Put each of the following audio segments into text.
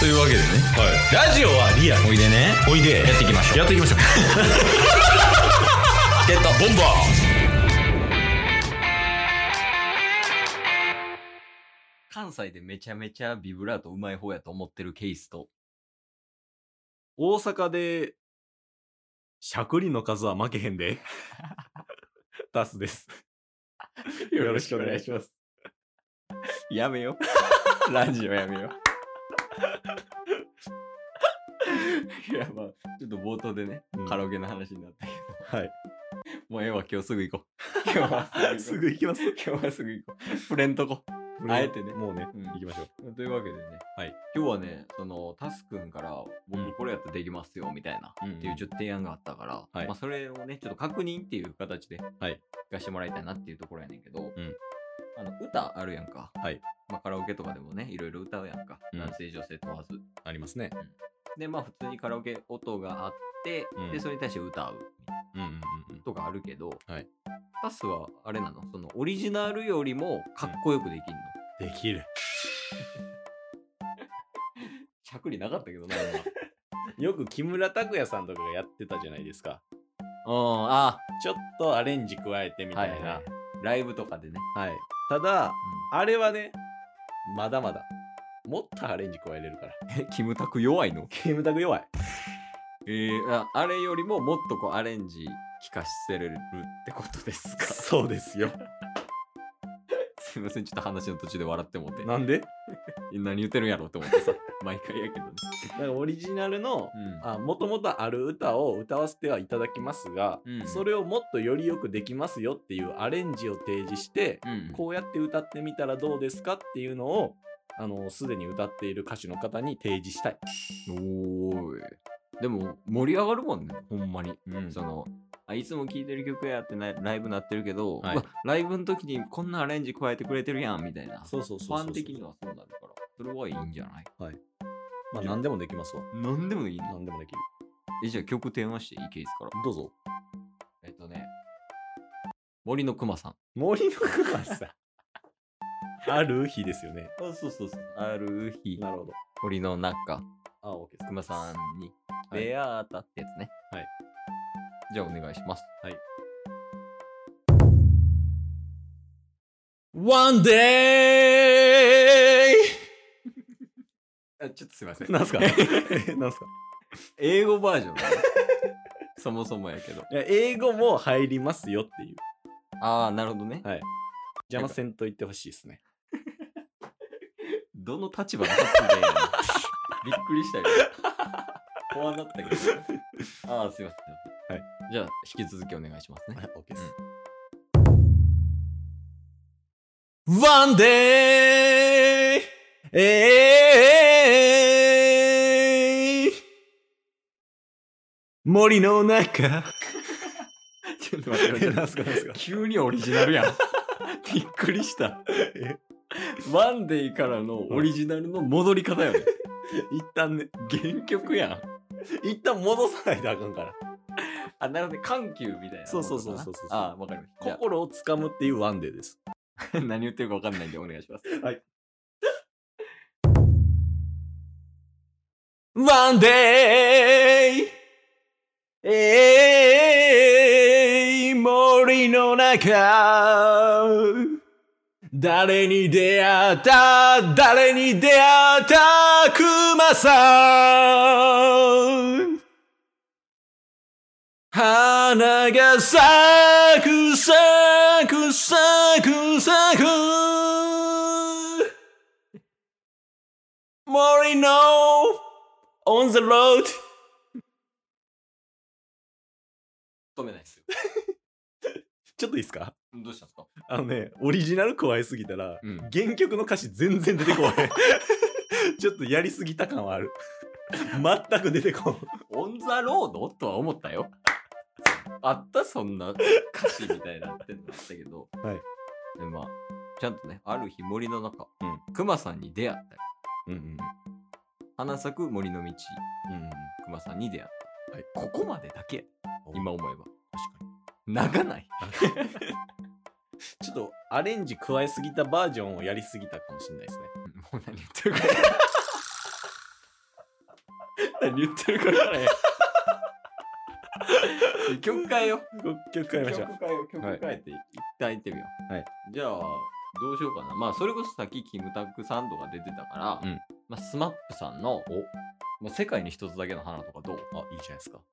というわけでね、ラジオはリアおいでねおいでやっていきましょうやっていきましょうゲットボンバ関西でめちゃめちゃビブラートうまい方やと思ってるケースと。大阪でしゃくりの数は負けへんで ダスですよろしくお願いしますやめよ。 ラジオやめよ。いやまあ、ちょっと冒頭でね、うんカラオケの話になったけはいど、もうええわ、今日す ぐ行こう。今日はすすぐぐ行行きますこう。今日はすぐ行こう。触れんとこ。あえてねもうね、うん行きましょうというわけでね、はい、今日はね、そのタスくんからうん僕これやったらできますよみたいな、うんうんっていうちょっと提案があったから、はいまあ、それをね、ちょっと確認っていう形ではい聞かしてもらいたいなっていうところやねんけど、んあの歌あるやんか、はいまあ、カラオケとかでもね、いろいろ歌うやんか、うん男性、女性問わず。ありますねで、まあ普通にカラオケ音があって、うんで、それに対して歌うみたいなうんうんうんうんとかあるけど、はいタスはあれなのそのオリジナルよりもかっこよくできんの、できるしゃくりなかったけ どな、今。よく木村拓哉さんとかがやってたじゃないですかうん、あ、ちょっとアレンジ加えてみたいな、はいはいライブとかでね。はい。ただ、あれはね、まだまだ。もっとアレンジ加えれるから。え、 キムタク弱いのキムタク弱い。えー、ああれよりももっとこうアレンジ聞かせれるってことですか そうで すよ。すいませんちょっと話の途中で笑ってもってなんで何言ってるんやろうって思ってさ 毎回やけどね、だからオリジナルの、うんあ、もともとある歌を歌わせてはいただきますが、うんそれをもっとよりよくできますよっていうアレンジを提示して、うん、こうやって歌ってみたらどうですかっていうのを、あの、すでに歌っている歌手の方に提示したい。おーいでも盛り上がるもんねほんまに、うんそのあいつも聴いてる曲やってなライブなってるけど、はいうわライブの時にこんなアレンジ加えてくれてるやんみたいなそうそうそうそうそう。ファン的にはそうなるからそれはいいんじゃないまあ、何でもできますわ。何でもいいの何でもできる。えじゃあ曲提案していいケースからどうぞ。えっとね森のくまさん森のくま さん。ある日ですよね。あそうそうそう。ある日、なるほど。森の中、あ、OK です。熊さんにはい出会ったってやつね。はい。じゃあお願いします。 One day! あちょっとすいませ なんすかなんすか英語バージョンだね そもそもやけど。いや英語も入りますよっていう。ああ、なるほどね。はい邪魔せんと言ってほしいですね。どの立場の発言やねんびっくりしたよ。怖なったけど。ああ、すいません。はい。じゃあ引き続きお願いしますね。はい、OK ですす。One day! えー、森の中 ちょっと待って待ってなんすかなんすか 急にオリジナルやん。 びっくりした。ワンデイからのオリジナルの戻り方やね。一旦ね、 原曲やん。一旦戻さないとあかんから。あ、なるほどね。緩急みたいな。そうそうそうそうそうあ、わかりました。じゃ心をつかむっていうワンデーです。あ何言ってるかわかんないんでお願いします。ワンデーえー、森の中誰に出会った誰に出会ったクマさん花が咲く咲く咲く咲く森の on the road 止めないですよ。ちょっといいですかどうしたんですかあのね、オリジナル加えすぎたら、うん。原曲の歌詞全然出て こない。ちょっとやりすぎた感はある。全く出てこん。オンザロードとは思ったよ。あったそんな歌詞みたいなってんのあったけど。はい。で、まあ、ちゃんとね、ある日森の中、う熊さんに出会ったよ。うんうん花咲く森の道、うん。熊さんに出会った。はいここまでだけ、今思えば。確かに。長ない。 ちょっとアレンジ加えすぎたバージョンをやりすぎたかもしれないですね。もう何言ってるか。何言ってるか 分からへん。曲変えよう。曲変えましょう曲変えよう。曲変えて、一旦行ってみよう。はいじゃあ、どうしようかな。まあ、それこそさっきキムタクさんとか出てたかうら、んまあ、スマップさんの、おもう世界に一つだけの花とかどうあいいじゃないですかこ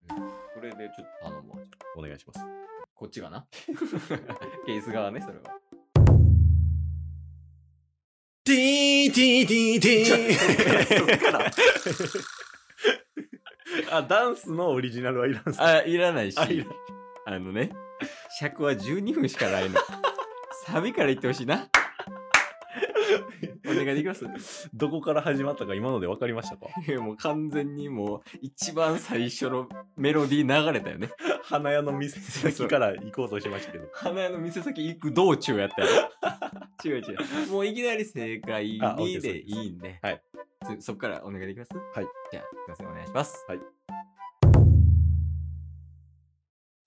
れでちょっと頼むわ。お願いしますこっち がな。ケース側ね、それは。ティーティーティーティーあダンスのオリジナルはいらんす あ、いらないし。あいらあのね、尺は12分しかないの。サビから言ってほしいな。お願いできますどこから始まったか今ので分かりま したかい やもう完全にもう一番最初のメロディー流れた よね。花屋の店先から行こうとしてましたけど花屋の店先行く道中やったよ。 違う違う。もういきなり正解あ OK にですでいいんで。はいそ。そっからお願いできますはい。じゃあ、すいません、お願いします。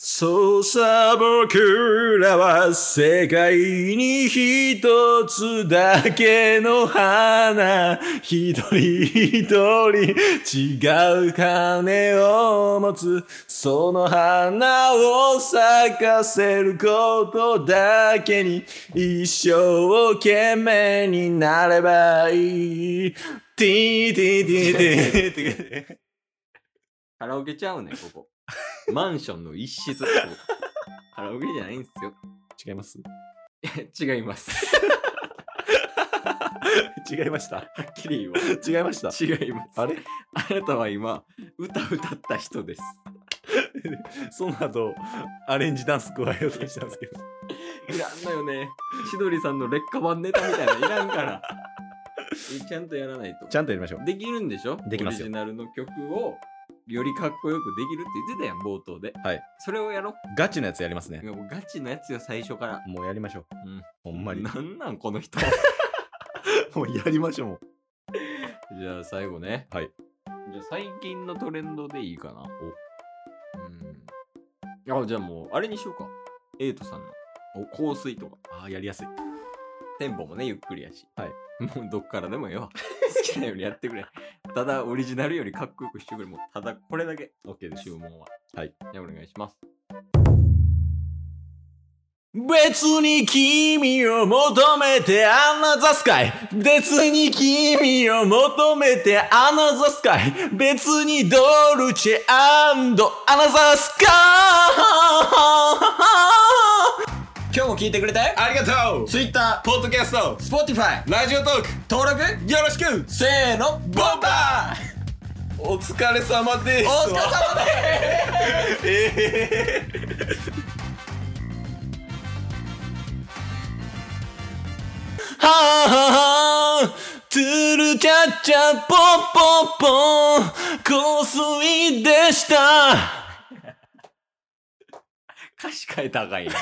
そうさ僕らは世界に一つだけの花一人一人違う金を持つその花を咲かせることだけに一生懸命になれば いいティーティーティーティーティーカラオケちゃうね ん、ここ。マンションの一室。ここカラオケじゃないんですよ。違います違います。 違いましたはっきり言おう。違いました違います。あれあなたは今、歌歌った人です。その後アレンジダンス加えようとしたんですけどいらんのよね。しどりさんの劣化版ネタみたいなのいらんから。 えちゃんとやらないと。ちゃんとやりましょうできるんでしょできますよオリジナルの曲をよりかっこよくできるって言ってたやん、冒頭で。はい。それをやろガチのやつやりますねう。いやもうガチのやつよ、最初から。もうやりましょううん。ほんまになんなん、この人。もうやりましょうもじゃあ最後ね。はい。じゃあ最近のトレンドでいいかな。お。うん。あ、じゃあもう、あれにしようか。エイトさんの。お、香水とか。ああやりやすいテンポもね、ゆっくりやし。はい。もうどっからでもええわ。 好きなようにやってくれ。ただ、オリジナルよりかっこよくしてくれ。もう、ただこれだけ。 OK です注文は。はい。じゃあお願いします。別に君を求めてアナザースカイ別に君を求めてアナザースカイ別にドルチェアナザースカイ今日も聞いてくれてありがとう Twitter、ポッドキャスト、Spotify、ラジオトーク登録よろしくせーのボンバーお疲れ様ですお疲れ様です えーはあはあはあトゥルチャッチャポッポッポン香水 でした歌詞変えたらあかんやん。